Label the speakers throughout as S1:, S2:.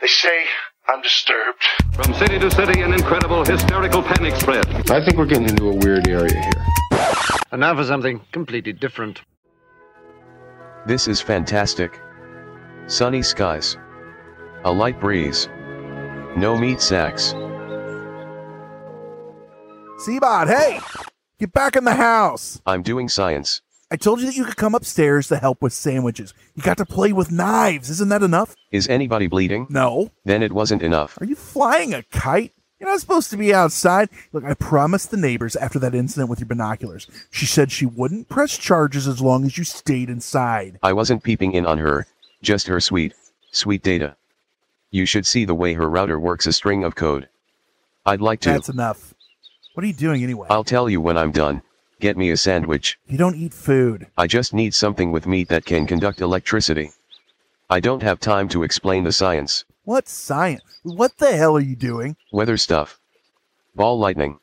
S1: They say I'm disturbed.
S2: From city to city, an incredible hysterical panic spread.
S3: I think we're getting into a weird area here.
S4: And now for something completely different.
S5: This is fantastic. Sunny skies. A light breeze. No meat sacks.
S6: Seabot, hey! Get back in the house!
S5: I'm doing science.
S6: I told you that you could come upstairs to help with sandwiches. You got to play with knives. Isn't that enough?
S5: Is anybody bleeding?
S6: No.
S5: Then it wasn't enough.
S6: Are you flying a kite? You're not supposed to be outside. Look, I promised the neighbors after that incident with your binoculars. She said she wouldn't press charges as long as you stayed inside.
S5: I wasn't peeping in on her, just her sweet, sweet data. You should see the way her router works a string of code. I'd like to.
S6: That's enough. What are you doing anyway?
S5: I'll tell you when I'm done. Get me a sandwich.
S6: you don't eat food.
S5: I just need something with meat that can conduct electricity. I don't have time to explain the science.
S6: What science? What the hell are you doing?
S5: Weather stuff. Ball lightning.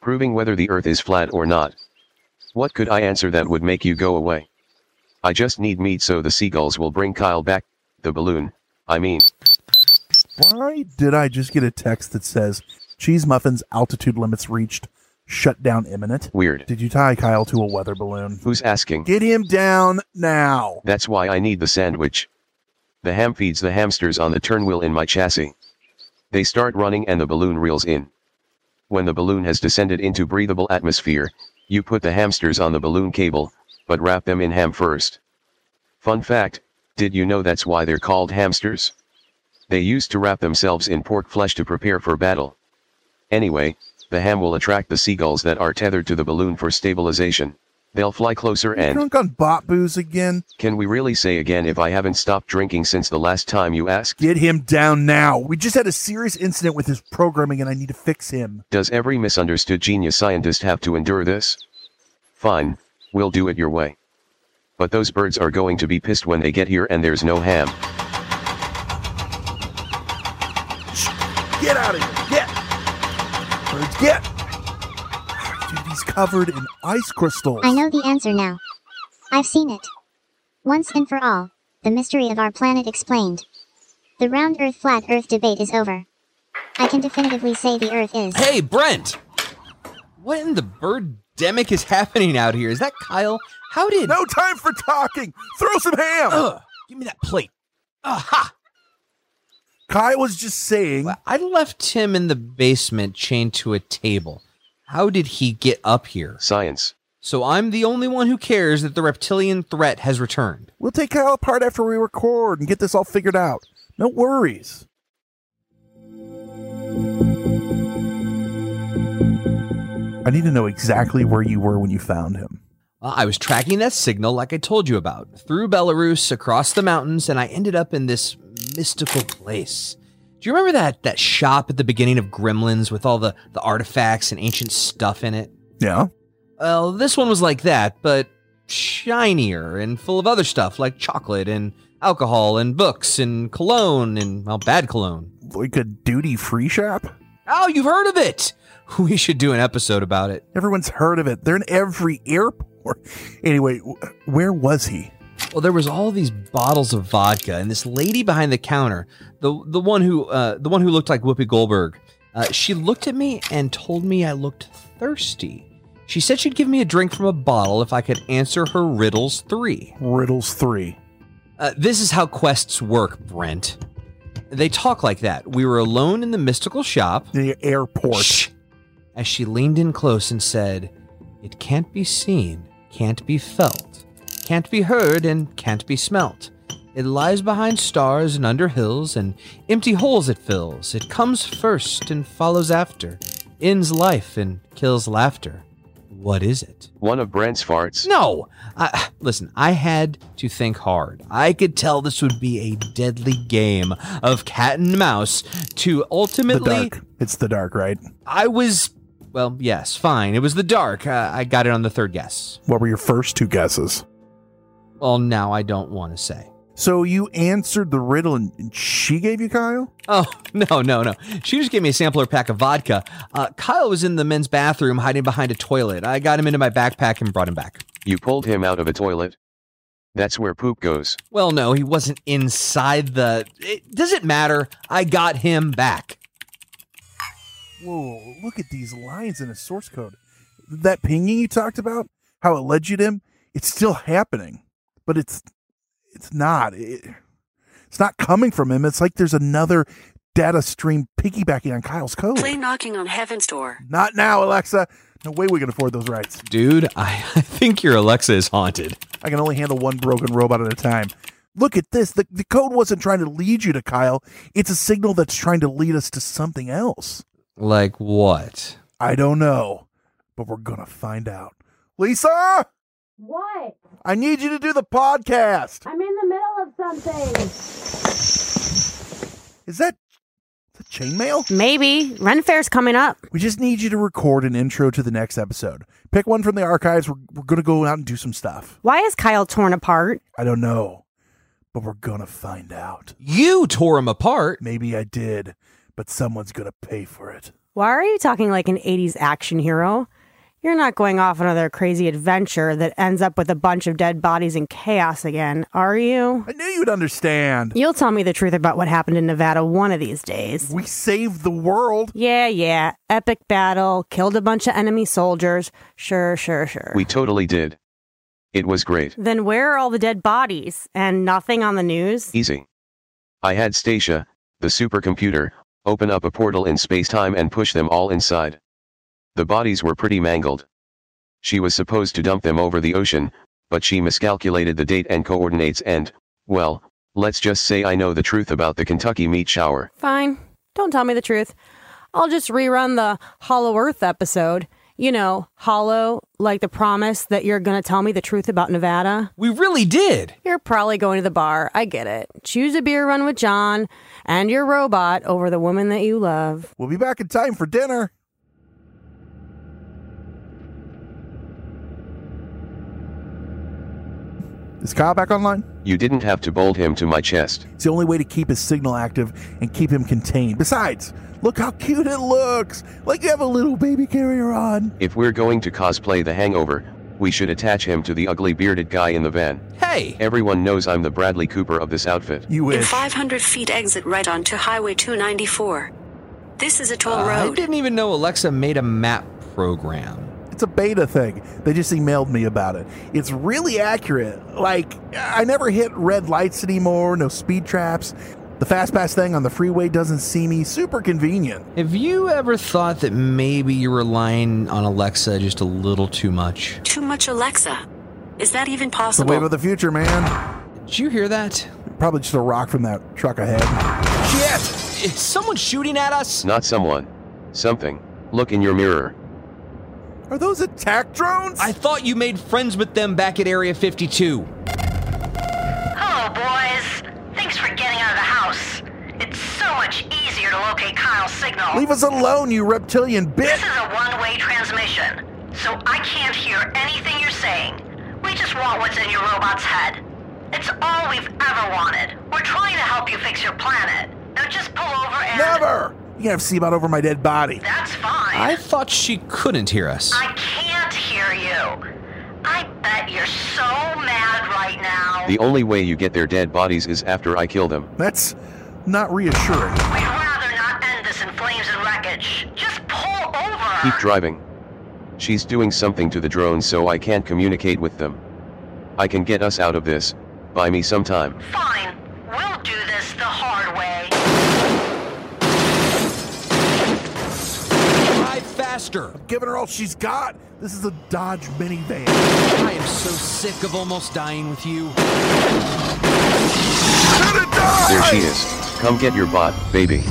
S5: Proving whether the earth is flat or not. What could I answer that would make you go away? I just need meat so the seagulls will bring Kyle back. The balloon. I mean.
S6: Why did I just get a text that says cheese muffins altitude limits reached, shutdown imminent?
S5: Weird.
S6: Did you tie Kyle to a weather balloon?
S5: Who's asking?
S6: Get him down now.
S5: That's why I need the sandwich. The ham feeds the hamsters on the turnwheel in my chassis. They start running and the balloon reels in. When the balloon has descended into breathable atmosphere, you put the hamsters on the balloon cable, but wrap them in ham first. Fun fact did you know that's why they're called hamsters? They used to wrap themselves in pork flesh to prepare for battle. Anyway, the ham will attract the seagulls that are tethered to the balloon for stabilization. They'll fly closer
S6: You
S5: and.
S6: drunk on bot booze again?
S5: Can we really say again if I haven't stopped drinking since the last time you asked?
S6: Get him down now. We just had a serious incident with his programming and I need to fix him.
S5: Does every misunderstood genius scientist have to endure this? Fine, we'll do it your way. But those birds are going to be pissed when they get here and there's no ham.
S6: Get out of here. Get. Birds, get. Dude, he's covered in ice crystals.
S7: I know the answer now. I've seen it. Once and for all, the mystery of our planet explained. The round Earth flat Earth debate is over. I can definitively say the Earth is.
S8: Hey, Brent! What in the birdemic is happening out here? Is that Kyle? How did.
S6: No time for talking. Throw some ham.
S8: Ugh, give me that plate. Aha!
S6: Kai was just saying.
S8: Well, I left him in the basement chained to a table. How did he get up here?
S5: Science.
S8: So I'm the only one who cares that the reptilian threat has returned.
S6: We'll take Kyle apart after we record and get this all figured out. No worries. I need to know exactly where you were when you found him.
S8: Uh, I was tracking that signal, like I told you about, through Belarus, across the mountains, and I ended up in this mystical place. Do you remember that that shop at the beginning of Gremlins with all the, the artifacts and ancient stuff in it?
S6: Yeah.
S8: Well, this one was like that, but shinier and full of other stuff like chocolate and alcohol and books and cologne and, well, bad cologne.
S6: Like a duty free shop?
S8: Oh, you've heard of it! We should do an episode about it.
S6: Everyone's heard of it. They're in every airport. Anyway, w- where was he?
S8: Well, there was all these bottles of vodka, and this lady behind the counter, the the one who uh, the one who looked like Whoopi Goldberg, uh, she looked at me and told me I looked thirsty. She said she'd give me a drink from a bottle if I could answer her riddles three.
S6: Riddles 3.
S8: Uh, this is how quests work, Brent. They talk like that. We were alone in the mystical shop.
S6: The airport.
S8: Shh. As she leaned in close and said, It can't be seen, can't be felt, can't be heard, and can't be smelt. It lies behind stars and under hills and empty holes it fills. It comes first and follows after, ends life and kills laughter. What is it?
S5: One of Brent's farts.
S8: No. I, listen, I had to think hard. I could tell this would be a deadly game of cat and mouse to
S6: The
S8: ultimately.
S6: dark. It's the dark, right?
S8: I was. Well, yes, fine. It was the dark. Uh, I got it on the third guess.
S6: What were your first two guesses?
S8: Well, now I don't want to say.
S6: So you answered the riddle and and she gave you Kyle?
S8: Oh, no, no, no. She just gave me a sampler pack of vodka. Uh, Kyle was in the men's bathroom hiding behind a toilet. I got him into my backpack and brought him back.
S5: You pulled him out of a toilet. That's where poop goes.
S8: Well, no, he wasn't inside the. It doesn't matter. I got him back.
S6: Whoa, look at these lines in his source code. That pinging you talked about, how it led you to him, it's still happening, but it's it's not. It, it's not coming from him. It's like there's another data stream piggybacking on Kyle's code.
S9: Play knocking on heaven's door.
S6: Not now, Alexa. No way we can afford those rights.
S8: Dude, I, I think your Alexa is haunted.
S6: I can only handle one broken robot at a time. Look at this. The, the code wasn't trying to lead you to Kyle. It's a signal that's trying to lead us to something else.
S8: Like what?
S6: I don't know, but we're going to find out. Lisa,
S10: What?
S6: I need you to do the podcast.
S10: I'm in the middle of something.
S6: Is that, is that chainmail?
S9: Maybe. Ren Fair's coming up.
S6: We just need you to record an intro to the next episode. Pick one from the archives. We're, we're going to go out and do some stuff.
S9: Why is Kyle torn apart?
S6: I don't know, but we're going to find out.
S8: You tore him apart.
S6: Maybe I did, but someone's going to pay for it.
S9: Why are you talking like an 80s action hero? You're not going off on another crazy adventure that ends up with a bunch of dead bodies and chaos again, are you?
S6: I knew you'd understand.
S9: You'll tell me the truth about what happened in Nevada one of these days.
S6: We saved the world.
S9: Yeah, yeah. Epic battle, killed a bunch of enemy soldiers. Sure, sure, sure.
S5: We totally did. It was great.
S9: then where are all the dead bodies and nothing on the news?
S5: Easy. I had Stacia, the supercomputer, open up a portal in space-time and push them all inside. The bodies were pretty mangled. She was supposed to dump them over the ocean, but she miscalculated the date and coordinates and, well, let's just say I know the truth about the Kentucky meat shower.
S9: Fine. Don't tell me the truth. I'll just rerun the Hollow Earth episode. You know, hollow, like the promise that you're going to tell me the truth about Nevada.
S8: We really did.
S9: You're probably going to the bar. I get it. Choose a beer run with John and your robot over the woman that you love.
S6: We'll be back in time for dinner. Is Kyle back online?
S5: You didn't have to bolt him to my chest.
S6: It's the only way to keep his signal active and keep him contained. Besides, look how cute it looks! Like you have a little baby carrier on.
S5: If we're going to cosplay the hangover, we should attach him to the ugly bearded guy in the van.
S8: Hey,
S5: Everyone knows I'm the Bradley Cooper of this outfit.
S6: You
S10: In
S6: wish.
S10: 500 feet, exit right onto Highway 294. This is a toll
S8: I
S10: road.
S8: didn't even know Alexa made a map program.
S6: It's a beta thing. They just emailed me about it. It's really accurate. Like, I never hit red lights anymore, no speed traps. The fast pass thing on the freeway doesn't see me. Super convenient.
S8: Have you ever thought that maybe you're relying on Alexa just a little too much?
S10: Too much Alexa. Is that even
S6: It's the
S10: possible?
S6: wave of the future, man.
S8: Did you hear that?
S6: Probably just a rock from that truck ahead.
S8: Shit! Is someone shooting at us?
S5: Not someone. Something. Look in your mirror.
S6: Are those attack drones?
S8: I thought you made friends with them back at Area 52.
S11: Hello, boys. Thanks for getting out of the house. It's so much easier to locate Kyle's signal.
S6: Leave us alone, you reptilian
S11: This
S6: bitch!
S11: is a one-way transmission, so I can't hear anything you're saying. We just want what's in your robot's head. It's all we've ever wanted. We're trying to help you fix your planet. Now just pull over and...
S6: Never! You can have C-Bot over my dead body.
S11: That's fine.
S8: I thought she couldn't hear us.
S11: I can't hear you. I bet you're so mad right now.
S5: The only way you get their dead bodies is after I kill them.
S6: That's not reassuring.
S11: We'd rather not end this in flames and wreckage. Just pull over.
S5: Keep driving. She's doing something to the drone so I can't communicate with them. I can get us out of this. Buy me some time.
S11: Fine. We'll do this the hard way.
S8: Drive faster.
S6: Giving her all she's got. This is a Dodge minivan.
S8: I am so sick of almost dying with you.
S6: Gonna die!
S5: There she is. Come get your bot, baby.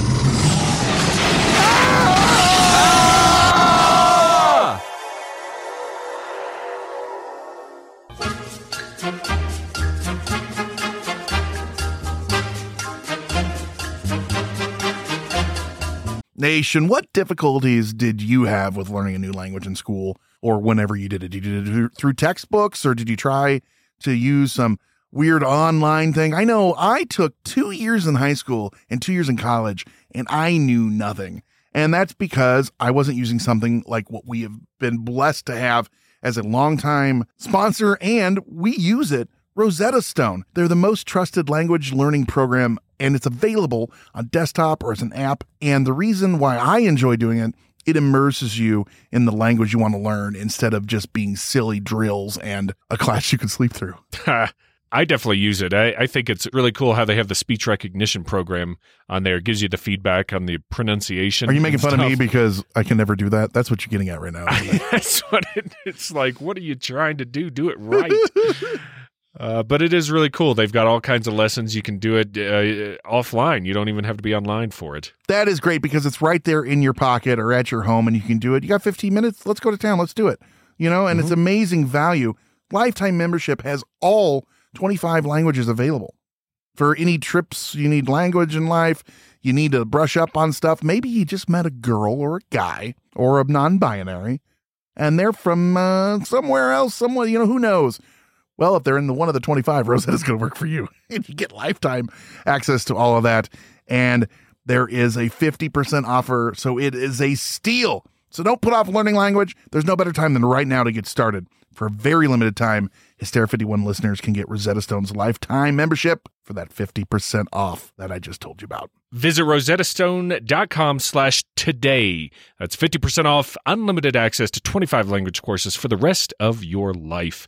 S6: Nation, what difficulties did you have with learning a new language in school or whenever you did it? Did you do it through textbooks or did you try to use some weird online thing? I know I took two years in high school and two years in college and I knew nothing. And that's because I wasn't using something like what we have been blessed to have as a longtime sponsor, and we use it Rosetta Stone. They're the most trusted language learning program, and it's available on desktop or as an app. And the reason why I enjoy doing it, it immerses you in the language you want to learn instead of just being silly drills and a class you can sleep through.
S12: I definitely use it. I, I think it's really cool how they have the speech recognition program on there. It gives you the feedback on the pronunciation.
S6: Are you
S12: and
S6: making fun of me
S12: stuff.
S6: because I can never do that? That's what you're getting at right now. isn't it?
S12: That's what it, it's like. What are you trying to do? Do it right. Uh, but it is really cool. They've got all kinds of lessons. You can do it uh, offline. You don't even have to be online for it.
S6: That is great because it's right there in your pocket or at your home and you can do it. You got 15 minutes. Let's go to town. Let's do it. You know, and it's amazing value. Lifetime membership has all 25 languages available. For any trips you need language in life, you need to brush up on stuff. Maybe you just met a girl or a guy or a non binary and they're from uh, somewhere else, someone, you know, who knows? Well, if they're in the one of the 25, Rosetta's going to work for you. and you get lifetime access to all of that. And there is a 50% offer. So it is a steal. So don't put off learning language. There's no better time than right now to get started. For a very limited time, Hysteria 51 listeners can get Rosetta Stone's lifetime membership for that 50% off that I just told you about.
S12: Visit rosettastone.com slash today. That's 50% off unlimited access to 25 language courses for the rest of your life.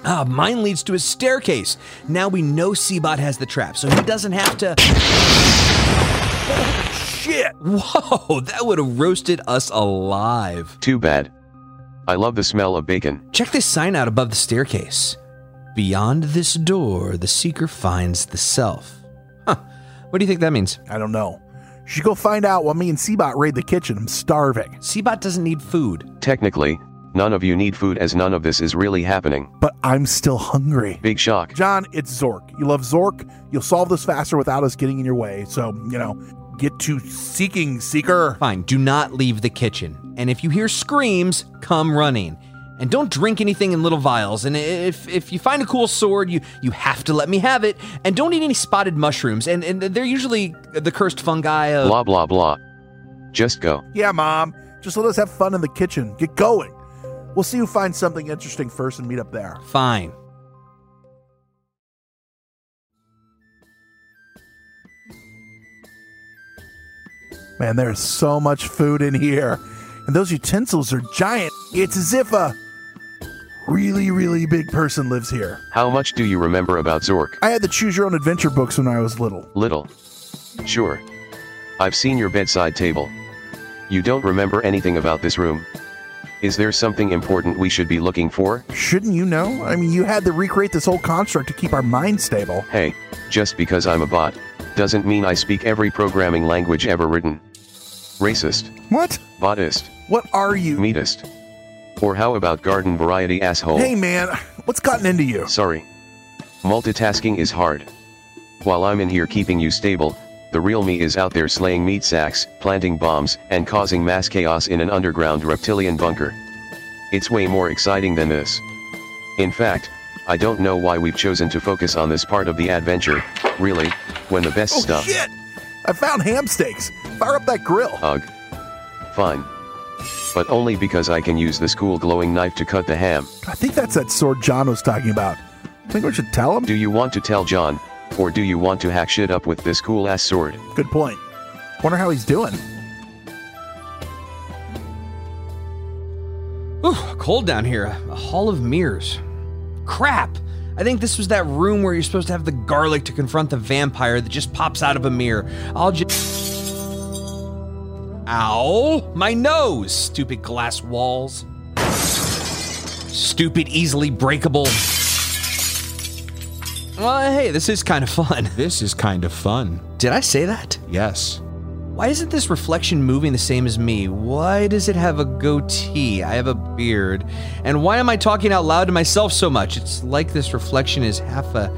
S8: Ah, mine leads to a staircase. Now we know Seabot has the trap, so he doesn't have to.
S6: Shit!
S8: Whoa, that would have roasted us alive.
S5: Too bad. I love the smell of bacon.
S8: Check this sign out above the staircase. Beyond this door, the seeker finds the self. Huh. What do you think that means?
S6: I don't know. You should go find out while me and Seabot raid the kitchen. I'm starving.
S8: Seabot doesn't need food.
S5: Technically, none of you need food as none of this is really happening.
S6: But I'm still hungry.
S5: Big shock.
S6: John, it's Zork. You love Zork. You'll solve this faster without us getting in your way. So, you know, get to seeking, seeker.
S8: Fine, do not leave the kitchen. And if you hear screams, come running. And don't drink anything in little vials. And if if you find a cool sword, you you have to let me have it. And don't eat any spotted mushrooms. And and they're usually the cursed fungi of
S5: Blah, blah, blah. Just go.
S6: Yeah, Mom. Just let us have fun in the kitchen. Get going. We'll see who finds something interesting first and meet up there.
S8: Fine.
S6: Man, there's so much food in here. And those utensils are giant. It's as if a really, really big person lives here.
S5: How much do you remember about Zork?
S6: I had the Choose Your Own Adventure books when I was little.
S5: Little. Sure. I've seen your bedside table. You don't remember anything about this room? Is there something important we should be looking for?
S6: Shouldn't you know? I mean, you had to recreate this whole construct to keep our minds stable.
S5: Hey, just because I'm a bot, doesn't mean I speak every programming language ever written. Racist,
S6: What?
S5: botist,
S6: What are you?
S5: meatist. Or how about garden variety asshole?
S6: Hey, man, what's gotten into you?
S5: Sorry. Multitasking is hard. While I'm in here keeping you stable, the real me is out there slaying meat sacks, planting bombs, and causing mass chaos in an underground reptilian bunker. It's way more exciting than this. In fact, I don't know why we've chosen to focus on this part of the adventure, really, when the best
S6: Oh,
S5: stuff.
S6: shit! I found ham steaks. Fire up that grill.
S5: Ugh. Fine. But only because I can use this cool glowing knife to cut the ham.
S6: I think that's that sword John was talking about. I think we should tell him.
S5: Do you want to tell John, or do you want to hack shit up with this cool ass sword?
S6: Good point. Wonder how he's doing.
S8: Ooh, cold down here. A hall of mirrors. Crap! I think this was that room where you're supposed to have the garlic to confront the vampire that just pops out of a mirror. I'll just. Ow! My nose! Stupid glass walls. Stupid, easily breakable. Well, hey, this is kind of fun.
S13: This is kind of fun.
S8: Did I say that?
S13: Yes.
S8: Why isn't this reflection moving the same as me? Why does it have a goatee? I have a beard. And why am I talking out loud to myself so much? It's like this reflection is half a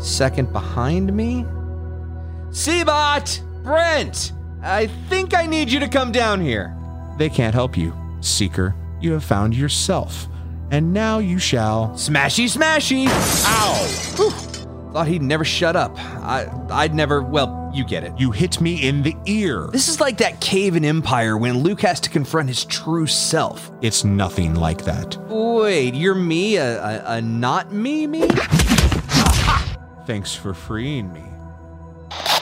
S8: second behind me. Seabot! Brent! I think I need you to come down here.
S13: They can't help you. Seeker, you have found yourself. And now you shall.
S8: Smashy, smashy! Ow! Whew. Thought he'd never shut up. I, I'd never, well, you get it.
S13: You hit me in the ear.
S8: This is like that cave in Empire when Luke has to confront his true self.
S13: It's nothing like that.
S8: Wait, you're me, a, a, a not me, me?
S13: Thanks for freeing me.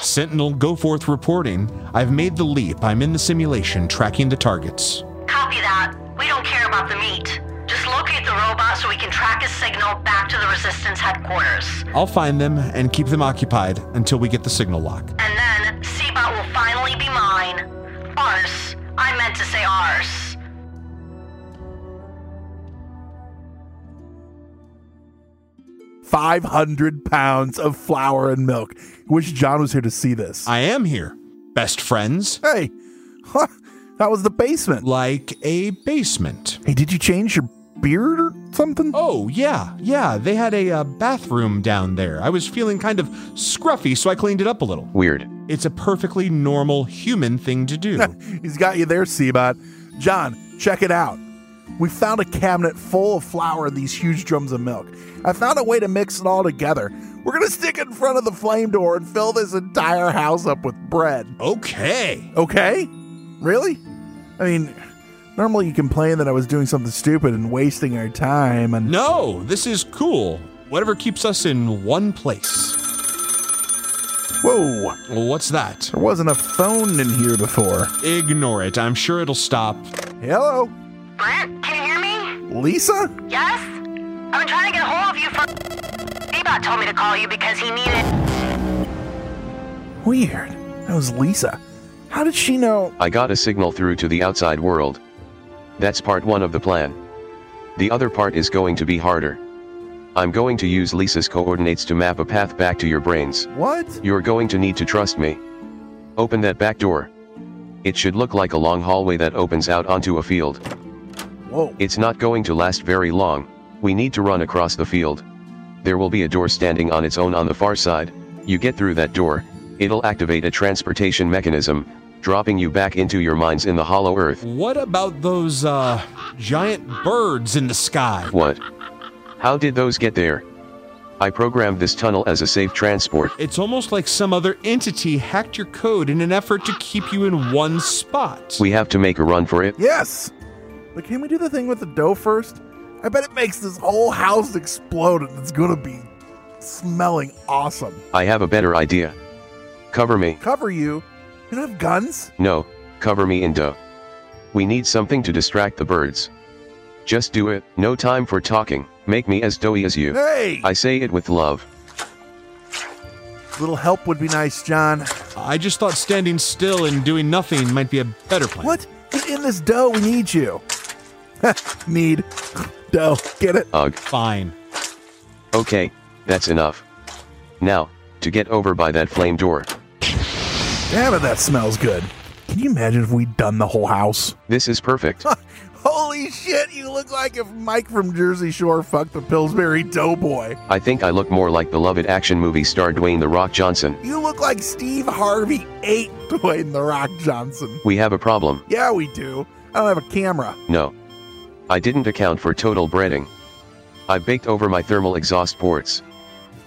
S13: Sentinel, go forth reporting. I've made the leap. I'm in the simulation, tracking the targets.
S11: Copy that. We don't care about the meat. Just locate the robot so we can track his signal back to the Resistance headquarters.
S13: I'll find them and keep them occupied until we get the signal lock.
S11: And then Seabot will finally be mine. Ours. I meant to say ours.
S6: Five hundred pounds of flour and milk. Wish John was here to see this.
S13: I am here. Best friends,
S6: Hey, huh, that was the basement.
S13: like a basement.
S6: Hey, did you change your beard or something?
S13: Oh, yeah, yeah. They had a uh, bathroom down there. I was feeling kind of scruffy, so I cleaned it up a little.
S5: Weird.
S13: It's a perfectly normal human thing to do.
S6: He's got you there, Seabot. John, check it out. We found a cabinet full of flour and these huge drums of milk. I found a way to mix it all together. We're gonna stick it in front of the flame door and fill this entire house up with bread.
S13: okay.
S6: Okay? Really? I mean, normally you complain that I was doing something stupid and wasting our time and
S13: Oh, No, this is cool. Whatever keeps us in one place.
S6: Whoa.
S13: What's that?
S6: There wasn't a phone in here before.
S13: Ignore it. I'm sure it'll stop.
S6: Hello?
S11: Brent, can you hear me?
S6: Lisa?
S11: Yes? I've been trying to get a hold of you for. Bebot told me to call you because he needed.
S6: Weird. That was Lisa. How did she know?
S5: I got a signal through to the outside world. That's part one of the plan. The other part is going to be harder. I'm going to use Lisa's coordinates to map a path back to your brains.
S6: What?
S5: You're going to need to trust me. Open that back door. It should look like a long hallway that opens out onto a field.
S6: Whoa.
S5: It's not going to last very long, we need to run across the field. There will be a door standing on its own on the far side, you get through that door, it'll activate a transportation mechanism, dropping you back into your minds in the hollow earth.
S13: What about those uh, giant birds in the sky?
S5: What? How did those get there? I programmed this tunnel as a safe transport.
S13: It's almost like some other entity hacked your code in an effort to keep you in one spot.
S5: We have to make a run for it.
S6: Yes! But can we do the thing with the dough first? I bet it makes this whole house explode and it's gonna be smelling awesome.
S5: I have a better idea. Cover me.
S6: Cover you. You don't have guns?
S5: No, cover me in dough. We need something to distract the birds. Just do it, no time for talking, make me as doughy as you.
S6: Hey!
S5: I say it with love.
S6: Little help would be nice, John.
S13: I just thought standing still and doing nothing might be a better plan.
S6: What? Get in this dough, we need you. need dough. Get it?
S5: Ugh.
S13: Fine.
S5: Okay, that's enough. Now, to get over by that flame door.
S6: Damn it, that smells good. Can you imagine if we'd done the whole house?
S5: This is perfect.
S6: Holy shit, you look like if Mike from Jersey Shore fucked the Pillsbury Doughboy.
S5: I think I look more like beloved action movie star Dwayne The Rock Johnson.
S6: You look like Steve Harvey ate Dwayne The Rock Johnson.
S5: We have a problem.
S6: Yeah, we do. I don't have a camera.
S5: No. I didn't account for total breading. I baked over my thermal exhaust ports.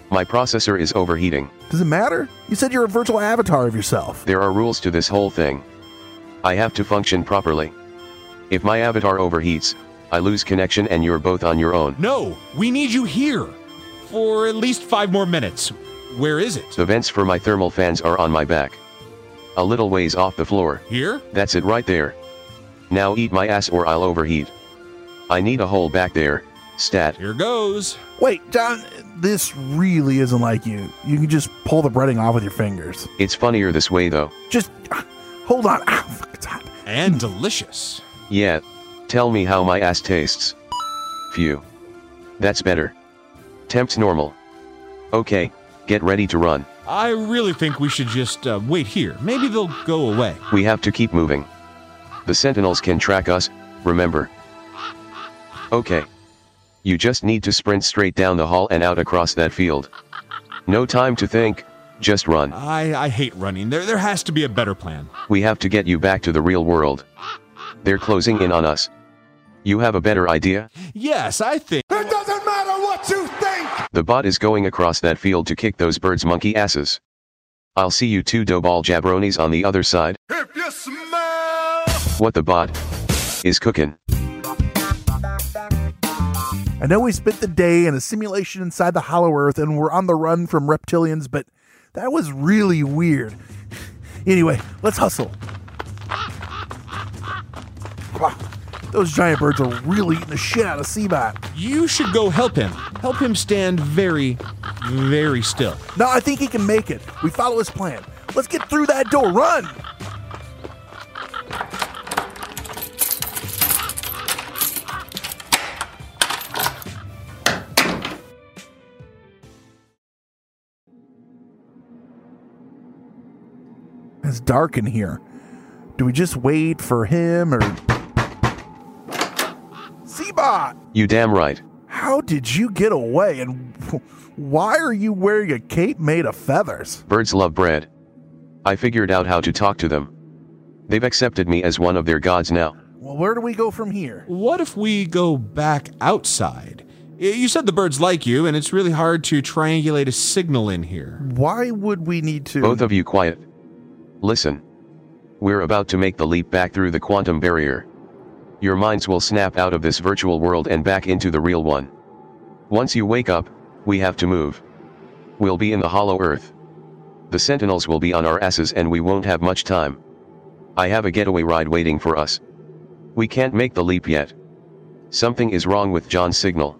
S5: My processor is overheating.
S6: Does it matter? You said you're a virtual avatar of yourself.
S5: There are rules to this whole thing. I have to function properly. If my avatar overheats, I lose connection and you're both on your own.
S13: No, we need you here for at least five more minutes. Where is it?
S5: The vents for my thermal fans are on my back. A little ways off the floor.
S13: Here?
S5: That's it right there. Now eat my ass or I'll overheat. I need a hole back there. Stat.
S13: Here goes.
S6: Wait, John, this really isn't like you. You can just pull the breading off with your fingers.
S5: It's funnier this way though.
S6: Just ah, hold on. Ah, fuck, it's hot.
S13: And delicious.
S5: Yeah. Tell me how my ass tastes. Phew. That's better. Temps normal. Okay, get ready to run.
S13: I really think we should just uh, wait here. Maybe they'll go away.
S5: We have to keep moving. The sentinels can track us, remember. Okay. You just need to sprint straight down the hall and out across that field. No time to think, just run.
S13: I, I hate running. There, there has to be a better plan.
S5: We have to get you back to the real world. They're closing in on us. You have a better idea?
S13: Yes, I think.
S14: It doesn't matter what you think!
S5: The bot is going across that field to kick those birds' monkey asses. I'll see you two doughball jabronis on the other side.
S14: If you smell!
S5: What the bot is cooking.
S6: I know we spent the day in a simulation inside the Hollow Earth and we're on the run from reptilians, but that was really weird. Anyway, let's hustle. Wow, those giant birds are really eating the shit out of Seabot.
S13: You should go help him. Help him stand very, very still.
S6: No, I think he can make it. We follow his plan. Let's get through that door. Run! It's dark in here. Do we just wait for him or. Seabot!
S5: You damn right.
S6: How did you get away and why are you wearing a cape made of feathers?
S5: Birds love bread. I figured out how to talk to them. They've accepted me as one of their gods now.
S6: Well, where do we go from here?
S13: What if we go back outside? Y- You said the birds like you, and it's really hard to triangulate a signal in here.
S6: Why would we need to?
S5: Both of you quiet. Listen. We're about to make the leap back through the quantum barrier. Your minds will snap out of this virtual world and back into the real one. Once you wake up, we have to move. We'll be in the hollow earth. the sentinels will be on our asses and we won't have much time. I have a getaway ride waiting for us. We can't make the leap yet. Something is wrong with John's signal.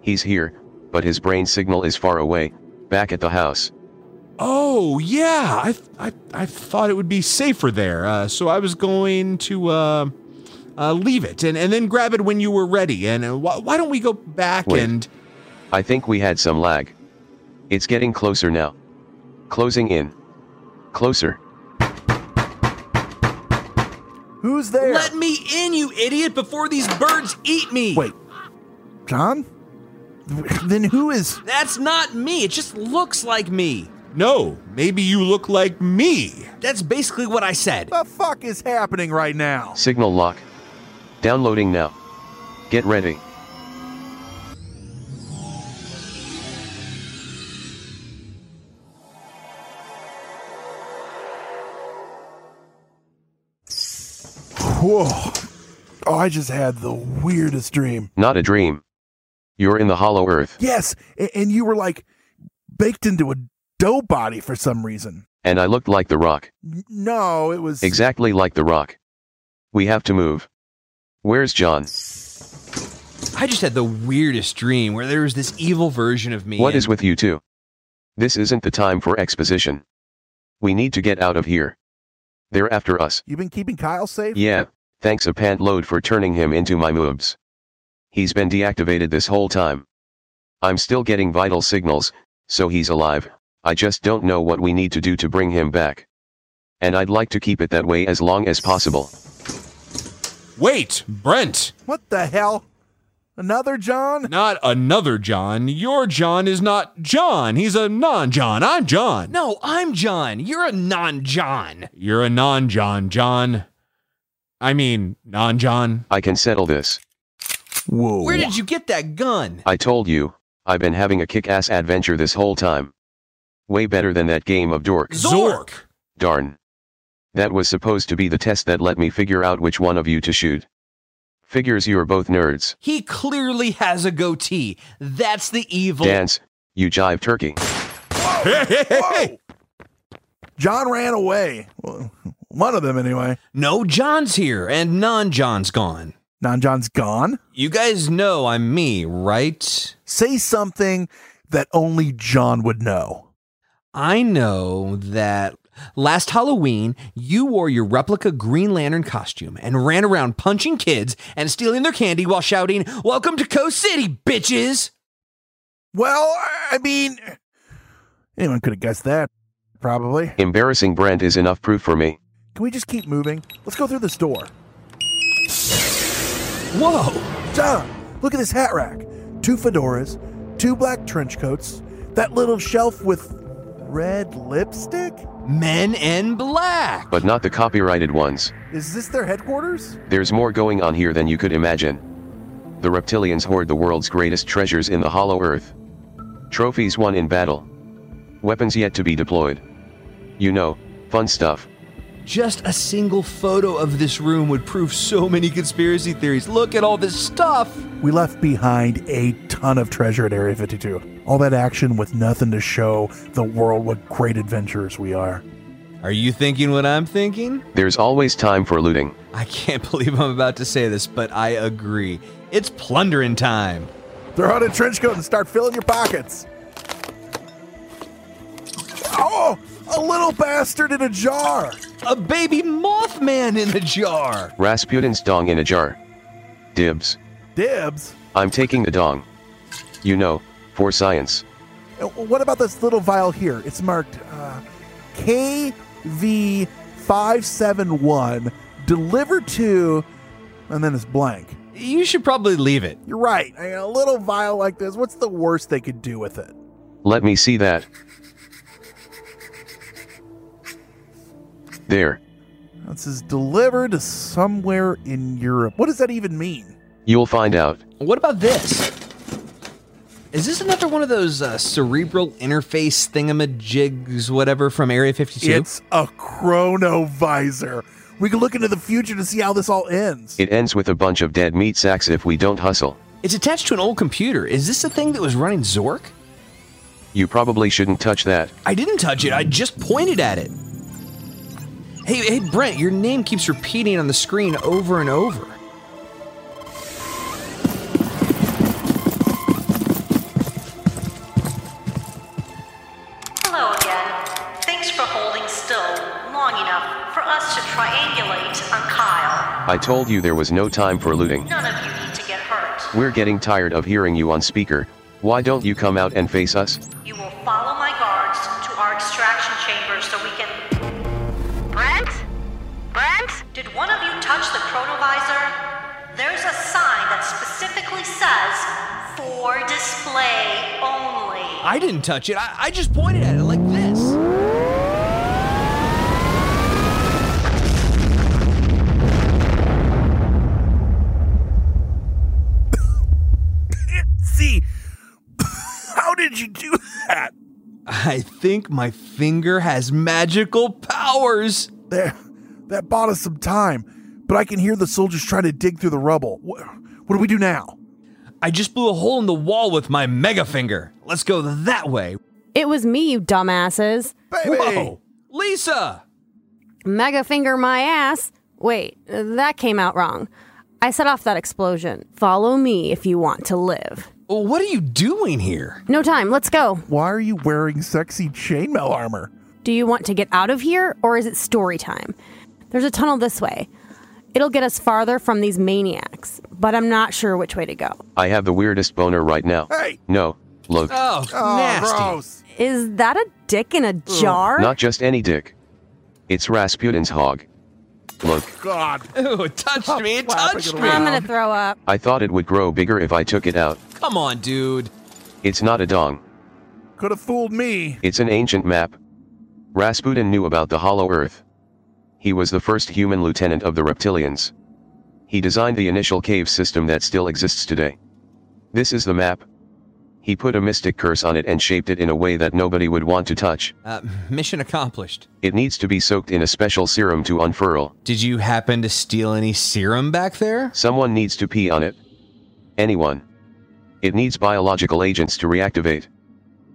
S5: He's here, but his brain signal is far away, back at the house.
S13: Oh yeah, I I, I thought it would be safer there, uh, so I was going to uh, uh, leave it and, and then grab it when you were ready. And uh, wh- why don't we go back
S5: Wait.
S13: and
S5: I think we had some lag. It's getting closer now. Closing in. Closer.
S6: Who's there?
S8: Let me in, you idiot, before these birds eat me.
S6: Wait. John? Then who is.
S8: That's not me. It just looks like me.
S13: No, maybe you look like me.
S8: That's basically what I said.
S6: The fuck is happening right now?
S5: Signal lock. Downloading now. Get ready.
S6: Whoa. Oh, I just had the weirdest dream.
S5: Not a dream. You're in the hollow earth,
S6: Yes. a- And you were like baked into a dough body for some reason.
S5: and I looked like the rock.
S6: N- No, it was.
S5: Exactly like the rock. We have to move. Where's John?
S8: I just had the weirdest dream where there was this evil version of me.
S5: What is with you two? This isn't the time for exposition. We need to get out of here. They're after us.
S6: You've been keeping Kyle safe?
S5: Yeah, thanks a pant load for turning him into my moobs. He's been deactivated this whole time. I'm still getting vital signals, so he's alive, I just don't know what we need to do to bring him back. And I'd like to keep it that way as long as possible.
S13: wait, Brent?
S6: What the hell? Another John?
S13: Not another John. Your John is not John. He's a non-John. I'm John.
S8: No, I'm John. You're a non John.
S13: You're a non-John, John. I mean, non-John.
S5: I can settle this.
S6: Whoa.
S8: Where did you get that gun?
S5: I told you, I've been having a kick ass adventure this whole time. Way better than that game of dork.
S8: Zork.
S5: Darn. That was supposed to be the test that let me figure out which one of you to shoot. Figures you're both nerds.
S8: He clearly has a goatee. That's the evil.
S5: Dance, you jive turkey.
S6: Whoa. John ran away. Well, One of them, anyway.
S8: No, John's here, and non John's gone.
S6: Non John's gone.
S8: You guys know I'm me, right?
S6: Say something that only John would know.
S8: I know that last Halloween, you wore your replica Green Lantern costume and ran around punching kids and stealing their candy while shouting, Welcome to Coast City, bitches!
S6: Well, I mean, anyone could have guessed that, probably.
S5: Embarrassing Brent is enough proof for me.
S6: Can we just keep moving? Let's go through this door.
S8: Whoa!
S6: John, look at this hat rack. Two fedoras, two black trench coats, that little shelf with red lipstick?
S8: Men in black!
S5: But not the copyrighted ones.
S6: Is this their headquarters?
S5: There's more going on here than you could imagine. The reptilians hoard the world's greatest treasures in the Hollow Earth. Trophies won in battle. Weapons yet to be deployed. You know, fun stuff.
S8: Just a single photo of this room would prove so many conspiracy theories. Look at all this stuff!
S6: We left behind a ton of treasure at Area 52. All that action with nothing to show the world what great adventurers we are.
S8: Are you thinking what I'm thinking?
S5: There's always time for looting.
S8: I can't believe I'm about to say this, but I agree. It's plundering time.
S6: Throw out a trench coat and start filling your pockets. Oh, a little bastard in a jar.
S8: A baby Mothman in a jar!
S5: Rasputin's dong in a jar. Dibs.
S6: Dibs.
S5: I'm taking the dong. You know, for science.
S6: Uh, What about this little vial here? It's marked uh, KV571, delivered to, and then it's blank.
S8: You should probably leave it.
S6: You're right. I mean, a little vial like this, what's the worst they could do with it?
S5: Let me see that. There.
S6: It says delivered to somewhere in Europe. What does that even mean?
S5: You'll find out.
S8: What about this? Is this another one of those uh, cerebral interface thingamajigs, whatever, from Area 52?
S6: It's a chronovisor. We can look into the future to see how this all ends.
S5: It ends with a bunch of dead meat sacks if we don't hustle.
S8: It's attached to an old computer. Is this the thing that was running Zork?
S5: You probably shouldn't touch that.
S8: I didn't touch it. I just pointed at it. Hey, hey, Brent, your name keeps repeating on the screen over and over.
S11: Hello again. Thanks for holding still long enough for us to triangulate on Kyle.
S5: I told you there was no time for looting.
S11: None of you need to get hurt.
S5: We're getting tired of hearing you on speaker. Why don't you come out and face us?
S11: You will follow my guards to our extraction chamber so we can. Brent? Brent? Did one of you touch the chronovisor? There's a sign that specifically says for display only.
S8: I didn't touch it. I, I just pointed at it like this.
S6: See, how did you do that?
S8: I think my finger has magical powers.
S6: There, that bought us some time, but I can hear the soldiers trying to dig through the rubble. What, what do we do now?
S8: I just blew a hole in the wall with my mega finger. Let's go that way.
S9: It was me, you dumbasses.
S8: Whoa, Lisa!
S9: Mega finger my ass. Wait, that came out wrong. I set off that explosion. Follow me if you want to live.
S8: What are you doing here?
S9: No time. Let's go.
S6: Why are you wearing sexy chainmail armor?
S9: Do you want to get out of here or is it story time? There's a tunnel this way. It'll get us farther from these maniacs, but I'm not sure which way to go.
S5: I have the weirdest boner right now.
S6: Hey!
S5: No, look.
S8: Oh, nasty.
S9: Is that a dick in a jar?
S5: Not just any dick. It's Rasputin's hog. Look,
S6: God.
S8: Ew, it touched me. It touched me.
S9: I'm gonna throw up.
S5: I thought it would grow bigger if I took it out.
S8: Come on, dude.
S5: It's not a dong.
S6: Could have fooled me.
S5: It's an ancient map. Rasputin knew about the Hollow Earth. He was the first human lieutenant of the reptilians. He designed the initial cave system that still exists today. This is the map. He put a mystic curse on it and shaped it in a way that nobody would want to touch.
S8: Uh, mission accomplished.
S5: It needs to be soaked in a special serum to unfurl.
S8: Did you happen to steal any serum back there?
S5: Someone needs to pee on it. Anyone. It needs biological agents to reactivate.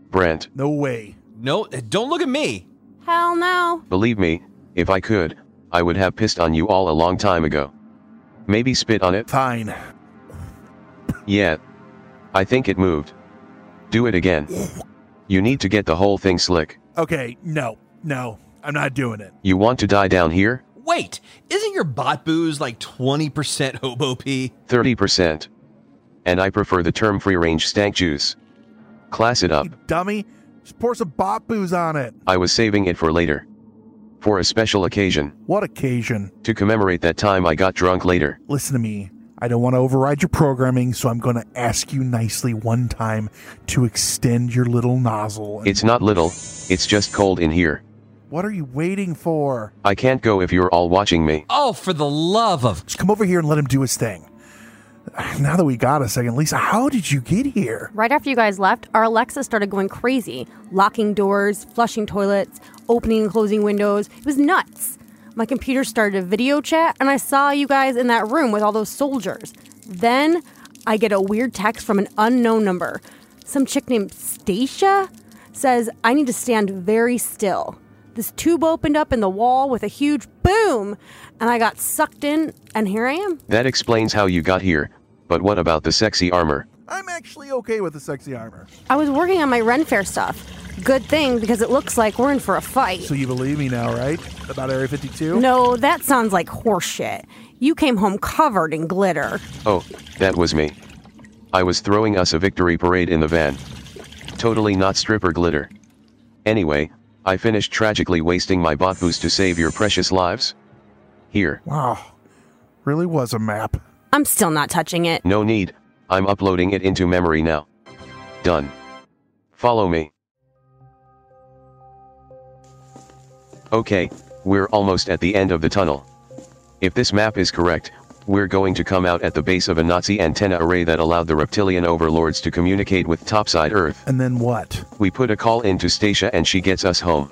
S5: Brent,
S6: No way.
S8: No, uh, don't look at me.
S9: Hell no.
S5: believe me, if I could, I would have pissed on you all a long time ago. Maybe spit on it?
S6: Fine.
S5: Yeah. I think it moved. Do it again. You need to get the whole thing slick.
S6: Okay, no, no, I'm not doing it.
S5: You want to die down here?
S8: Wait, isn't your bot booze like 20% hobo pee?
S5: 30%. And I prefer the term free range stank juice. Class it up.
S6: You dummy. Just pour some bot booze on it.
S5: I was saving it for later. For a special occasion,
S6: What occasion?
S5: to commemorate that time I got drunk later.
S6: Listen to me. I don't want to override your programming, so I'm going to ask you nicely one time to extend your little nozzle. And
S5: It's not little, it's just cold in here.
S6: what are you waiting for?
S5: I can't go if you're all watching me.
S8: Oh, for the love of.
S6: Just come over here and let him do his thing. Now that we got a second, Lisa, how did you get here?
S9: Right after you guys left, our Alexa started going crazy, locking doors, flushing toilets, opening and closing windows. It was nuts. My computer started a video chat, and I saw you guys in that room with all those soldiers. Then I get a weird text from an unknown number. Some chick named Stacia says, I need to stand very still. This tube opened up in the wall with a huge boom, and I got sucked in, and here I am.
S5: That explains how you got here, but what about the sexy armor?
S6: I'm actually okay with the sexy armor.
S9: I was working on my Ren Fair stuff. Good thing because it looks like we're in for a fight.
S6: So you believe me now, right? About Area 52?
S9: No, that sounds like horseshit. You came home covered in glitter.
S5: Oh, that was me. I was throwing us a victory parade in the van. Totally not stripper glitter. Anyway, I finished tragically wasting my bot boost to save your precious lives. Here,
S6: Wow. Really was a map.
S9: I'm still not touching it.
S5: no need, I'm uploading it into memory now. Done. Follow me. Okay, we're almost at the end of the tunnel. If this map is correct, we're going to come out at the base of a Nazi antenna array that allowed the reptilian overlords to communicate with topside Earth.
S6: And then what?
S5: We put a call in to Stacia and she gets us home.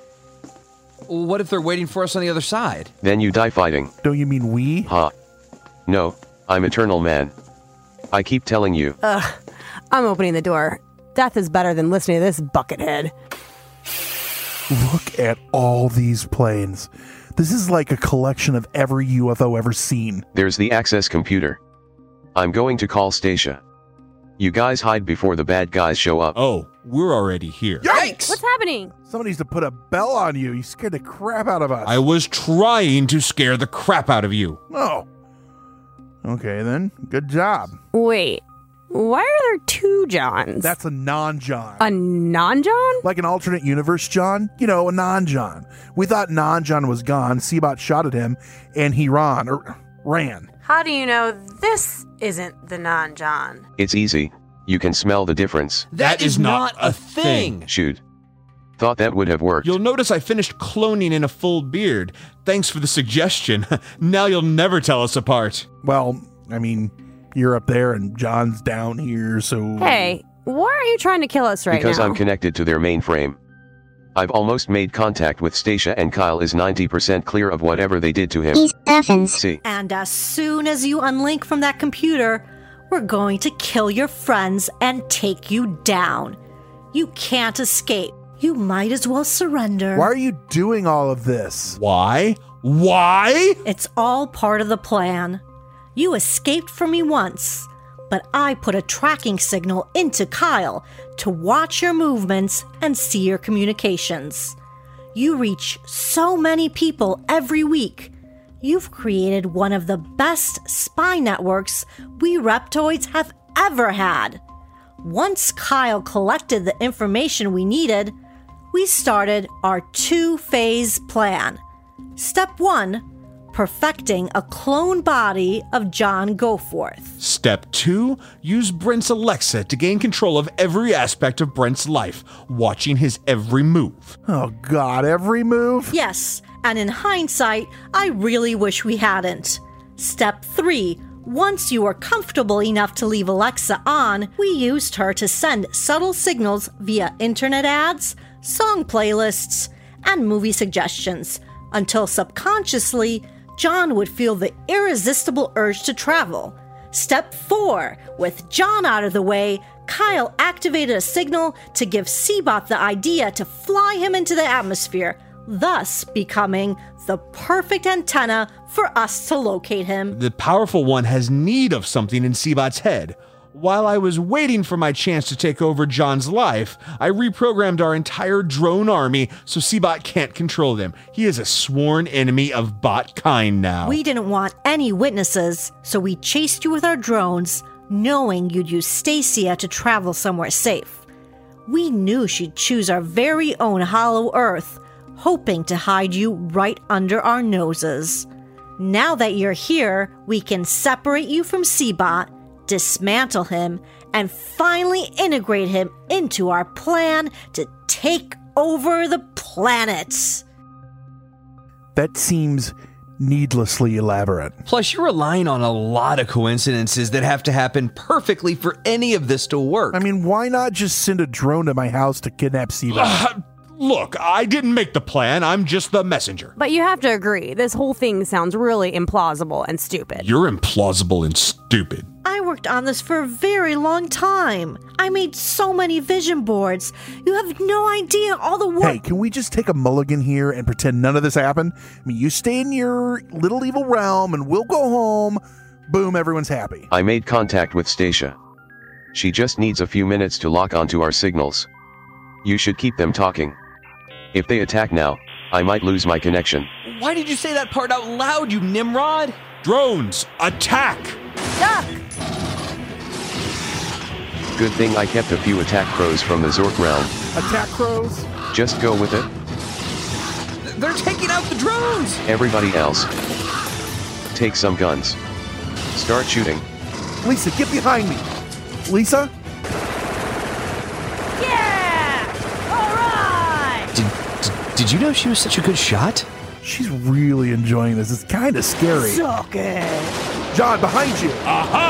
S8: What if they're waiting for us on the other side?
S5: Then you die fighting,
S6: Don't you mean we?
S5: huh? No, I'm eternal man. I keep telling you,
S9: I'm opening the door. Death is better than listening to this buckethead.
S6: Look at all these planes. This is like a collection of every UFO ever seen.
S5: There's the access computer. I'm going to call Stacia. You guys hide before the bad guys show up.
S13: Oh, we're already here.
S6: Yikes!
S9: What's happening?
S6: Somebody needs to put a bell on you. You scared the crap out of us.
S13: I was trying to scare the crap out of you.
S6: No. Okay, then. Good job.
S9: Wait, why are there two Johns?
S6: That's a non John.
S9: A non John?
S6: Like an alternate universe John? You know, a non John. We thought non John was gone. Seabot shot at him, and he ran. Or ran.
S15: How do you know this isn't the non John?
S5: It's easy. You can smell the difference.
S8: that is, not, a thing.
S5: Shoot. Thought that would have worked.
S13: You'll notice I finished cloning in a full beard. Thanks for the suggestion. now you'll never tell us apart.
S6: Well, I mean, you're up there and John's down here, so.
S9: Hey, why are you trying to kill us right
S5: because
S9: now?
S5: I'm connected to their mainframe. I've almost made contact with Stacia and Kyle is 90% clear of whatever they did to him.
S7: He's Evans.
S5: See,
S15: And as soon as you unlink from that computer, we're going to kill your friends and take you down. You can't escape. You might as well surrender.
S6: Why are you doing all of this?
S13: Why? Why?
S15: It's all part of the plan. You escaped from me once, but I put a tracking signal into Kyle to watch your movements and see your communications. You reach so many people every week. You've created one of the best spy networks we reptoids have ever had. Once Kyle collected the information we needed, we started our two phase plan. Step one perfecting a clone body of John Goforth.
S13: Step two, use Brent's Alexa to gain control of every aspect of Brent's life, watching his every move.
S6: Oh, God, every move?
S15: Yes, and in hindsight, I really wish we hadn't. Step three, once you are comfortable enough to leave Alexa on, we used her to send subtle signals via internet ads, song playlists, and movie suggestions until subconsciously, John would feel the irresistible urge to travel. Step 4 With John out of the way, Kyle activated a signal to give Seabot the idea to fly him into the atmosphere, thus becoming the perfect antenna for us to locate him.
S13: The powerful one has need of something in Seabot's head. While I was waiting for my chance to take over John's life, I reprogrammed our entire drone army so Seabot can't control them. He is a sworn enemy of bot kind now.
S15: We didn't want any witnesses, so we chased you with our drones, knowing you'd use Stacia to travel somewhere safe. We knew she'd choose our very own hollow earth, hoping to hide you right under our noses. Now that you're here, we can separate you from Seabot, dismantle him, and finally integrate him into our plan to take over the planet.
S6: That seems needlessly elaborate.
S8: Plus, you're relying on a lot of coincidences that have to happen perfectly for any of this to work.
S6: I mean, why not just send a drone to my house to kidnap Seabot?
S13: Uh, look, I didn't make the plan, I'm just the messenger.
S9: But you have to agree, this whole thing sounds really implausible and stupid.
S13: You're implausible and stupid.
S15: I worked on this for a very long time. I made so many vision boards. You have no idea all the work.
S6: Hey, can we just take a mulligan here and pretend none of this happened? I mean, you stay in your little evil realm and we'll go home. Boom, everyone's happy.
S5: I made contact with Stacia. She just needs a few minutes to lock onto our signals. You should keep them talking. If they attack now, I might lose my connection.
S8: Why did you say that part out loud, you Nimrod?
S13: Drones, attack!
S9: Duck!
S5: Good thing I kept a few attack crows from the Zork round.
S6: Attack crows?
S5: Just go with it,
S8: They're taking out the drones!
S5: everybody else. Take some guns. Start shooting.
S6: Lisa, get behind me. Lisa?
S9: Yeah! All right!
S8: Did, did, did you know she was such a good shot?
S6: She's really enjoying this. It's kind of scary.
S9: Suck it!
S6: John, behind you.
S13: Aha!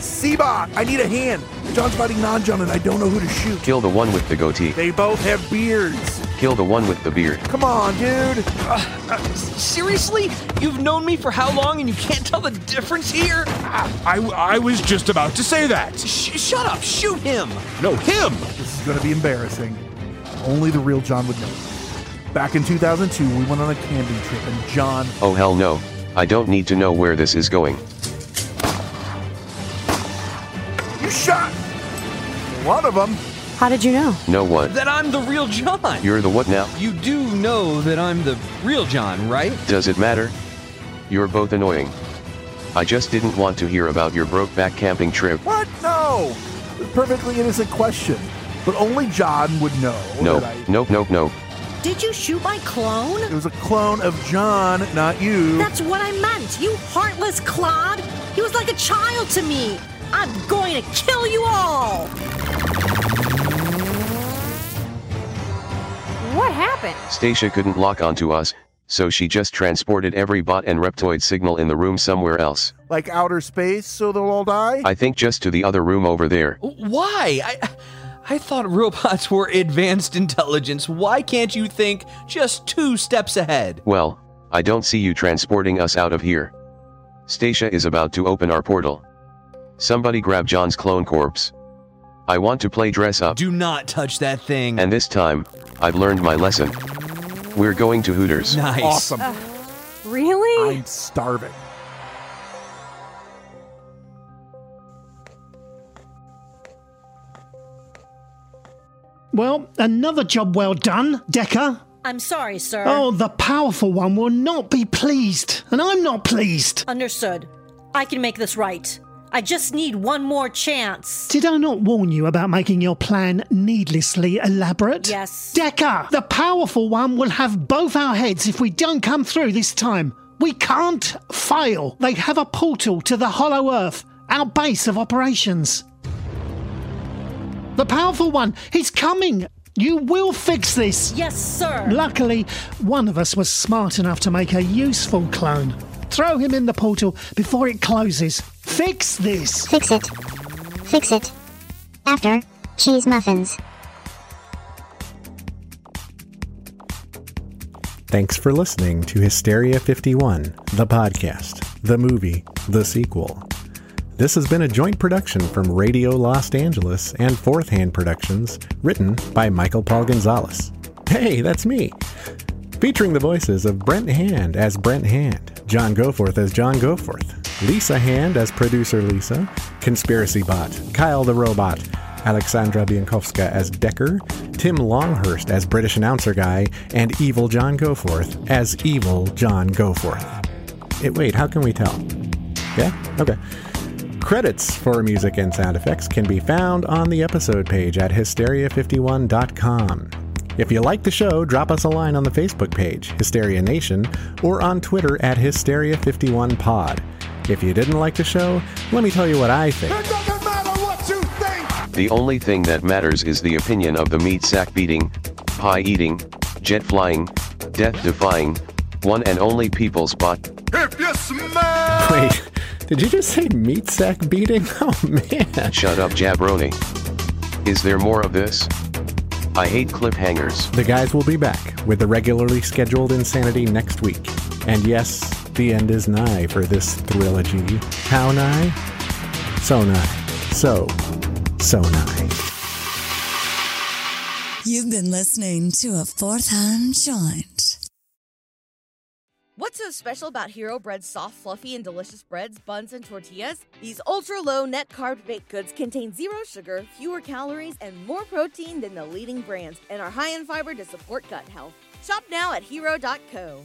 S6: Seabot, I need a hand. John's fighting non John and I don't know who to shoot.
S5: Kill the one with the goatee.
S6: They both have beards.
S5: Kill the one with the beard.
S6: Come on, dude.
S8: uh, seriously? You've known me for how long and you can't tell the difference here?
S13: I, I was just about to say that.
S8: shut up. Shoot him.
S13: No, him.
S6: This is going to be embarrassing. Only the real John would know. Back in 2002, we went on a camping trip, and John.
S5: Oh hell no, I don't need to know where this is going.
S6: You shot one of them.
S9: How did you know?
S5: No one.
S8: That I'm the real John.
S5: You're the what now?
S8: You do know that I'm the real John, right?
S5: Does it matter? You're both annoying. I just didn't want to hear about your brokeback camping trip.
S6: What? No! Perfectly innocent question. But only John would know.
S5: Nope,
S6: that I-
S5: nope, nope, nope.
S15: Did you shoot my clone?
S6: It was a clone of John, not you.
S15: That's what I meant, you heartless clod! He was like a child to me! I'm going to kill you all!
S9: What happened?
S5: Stacia couldn't lock onto us, so she just transported every bot and reptoid signal in the room somewhere else.
S6: like outer space, so they'll all die.
S5: I think just to the other room over there.
S8: Why? I I thought robots were advanced intelligence. Why can't you think just two steps ahead?
S5: Well, I don't see you transporting us out of here. Stacia is about to open our portal. Somebody grab John's clone corpse. I want to play dress up.
S8: Do not touch that thing.
S5: And this time, I've learned my lesson. We're going to Hooters.
S8: Nice.
S6: Awesome.
S9: Ugh. really?
S6: I'm starving.
S16: Well, another job well done, Decker.
S15: I'm sorry, sir.
S16: Oh, the powerful one will not be pleased, and I'm not pleased.
S15: Understood. I can make this right. I just need one more chance.
S16: Did I not warn you about making your plan needlessly elaborate?
S15: Yes.
S16: Decker, the powerful one will have both our heads if we don't come through this time. We can't fail. They have a portal to the Hollow Earth, our base of operations. The powerful one, he's coming. You will fix this.
S15: Yes, sir.
S16: Luckily, one of us was smart enough to make a useful clone. Throw him in the portal before it closes. Fix this.
S7: Fix it. Fix it. After cheese muffins.
S17: Thanks for listening to Hysteria 51, the podcast, the movie, the sequel. This has been a joint production from Radio Los Angeles and Fourth Hand Productions, written by Michael Paul Gonzalez. Hey, that's me! Featuring the voices of Brent Hand as Brent Hand, John Goforth as John Goforth, Lisa Hand as producer Lisa, Conspiracy Bot, Kyle the Robot, Alexandra Biankowska as Decker, Tim Longhurst as British announcer guy, and Evil John Goforth as Evil John Goforth. It, wait, how can we tell? Yeah? Okay. Credits for music and sound effects can be found on the episode page at hysteria51.com. If you like the show, drop us a line on the Facebook page, Hysteria Nation, or on Twitter at Hysteria51Pod. If you didn't like the show, let me tell you what I think.
S14: doesn't matter what you think.
S5: The only thing that matters is the opinion of the meat sack beating, pie eating, jet flying, death defying, one and only people's bot.
S14: If you smell.
S17: Wait, did you just say meat sack beating? Oh man.
S5: Shut up, jabroni. Is there more of this? I hate cliffhangers.
S17: The guys will be back with the regularly scheduled insanity next week. And yes, the end is nigh for this trilogy. How nigh? So nigh. So, so nigh.
S18: You've been listening to a fourth hand joint.
S19: What's so special about Hero Bread's soft, fluffy, and delicious breads, buns, and tortillas? These ultra low net carb baked goods contain zero sugar, fewer calories, and more protein than the leading brands, and are high in fiber to support gut health. Shop now at hero.co.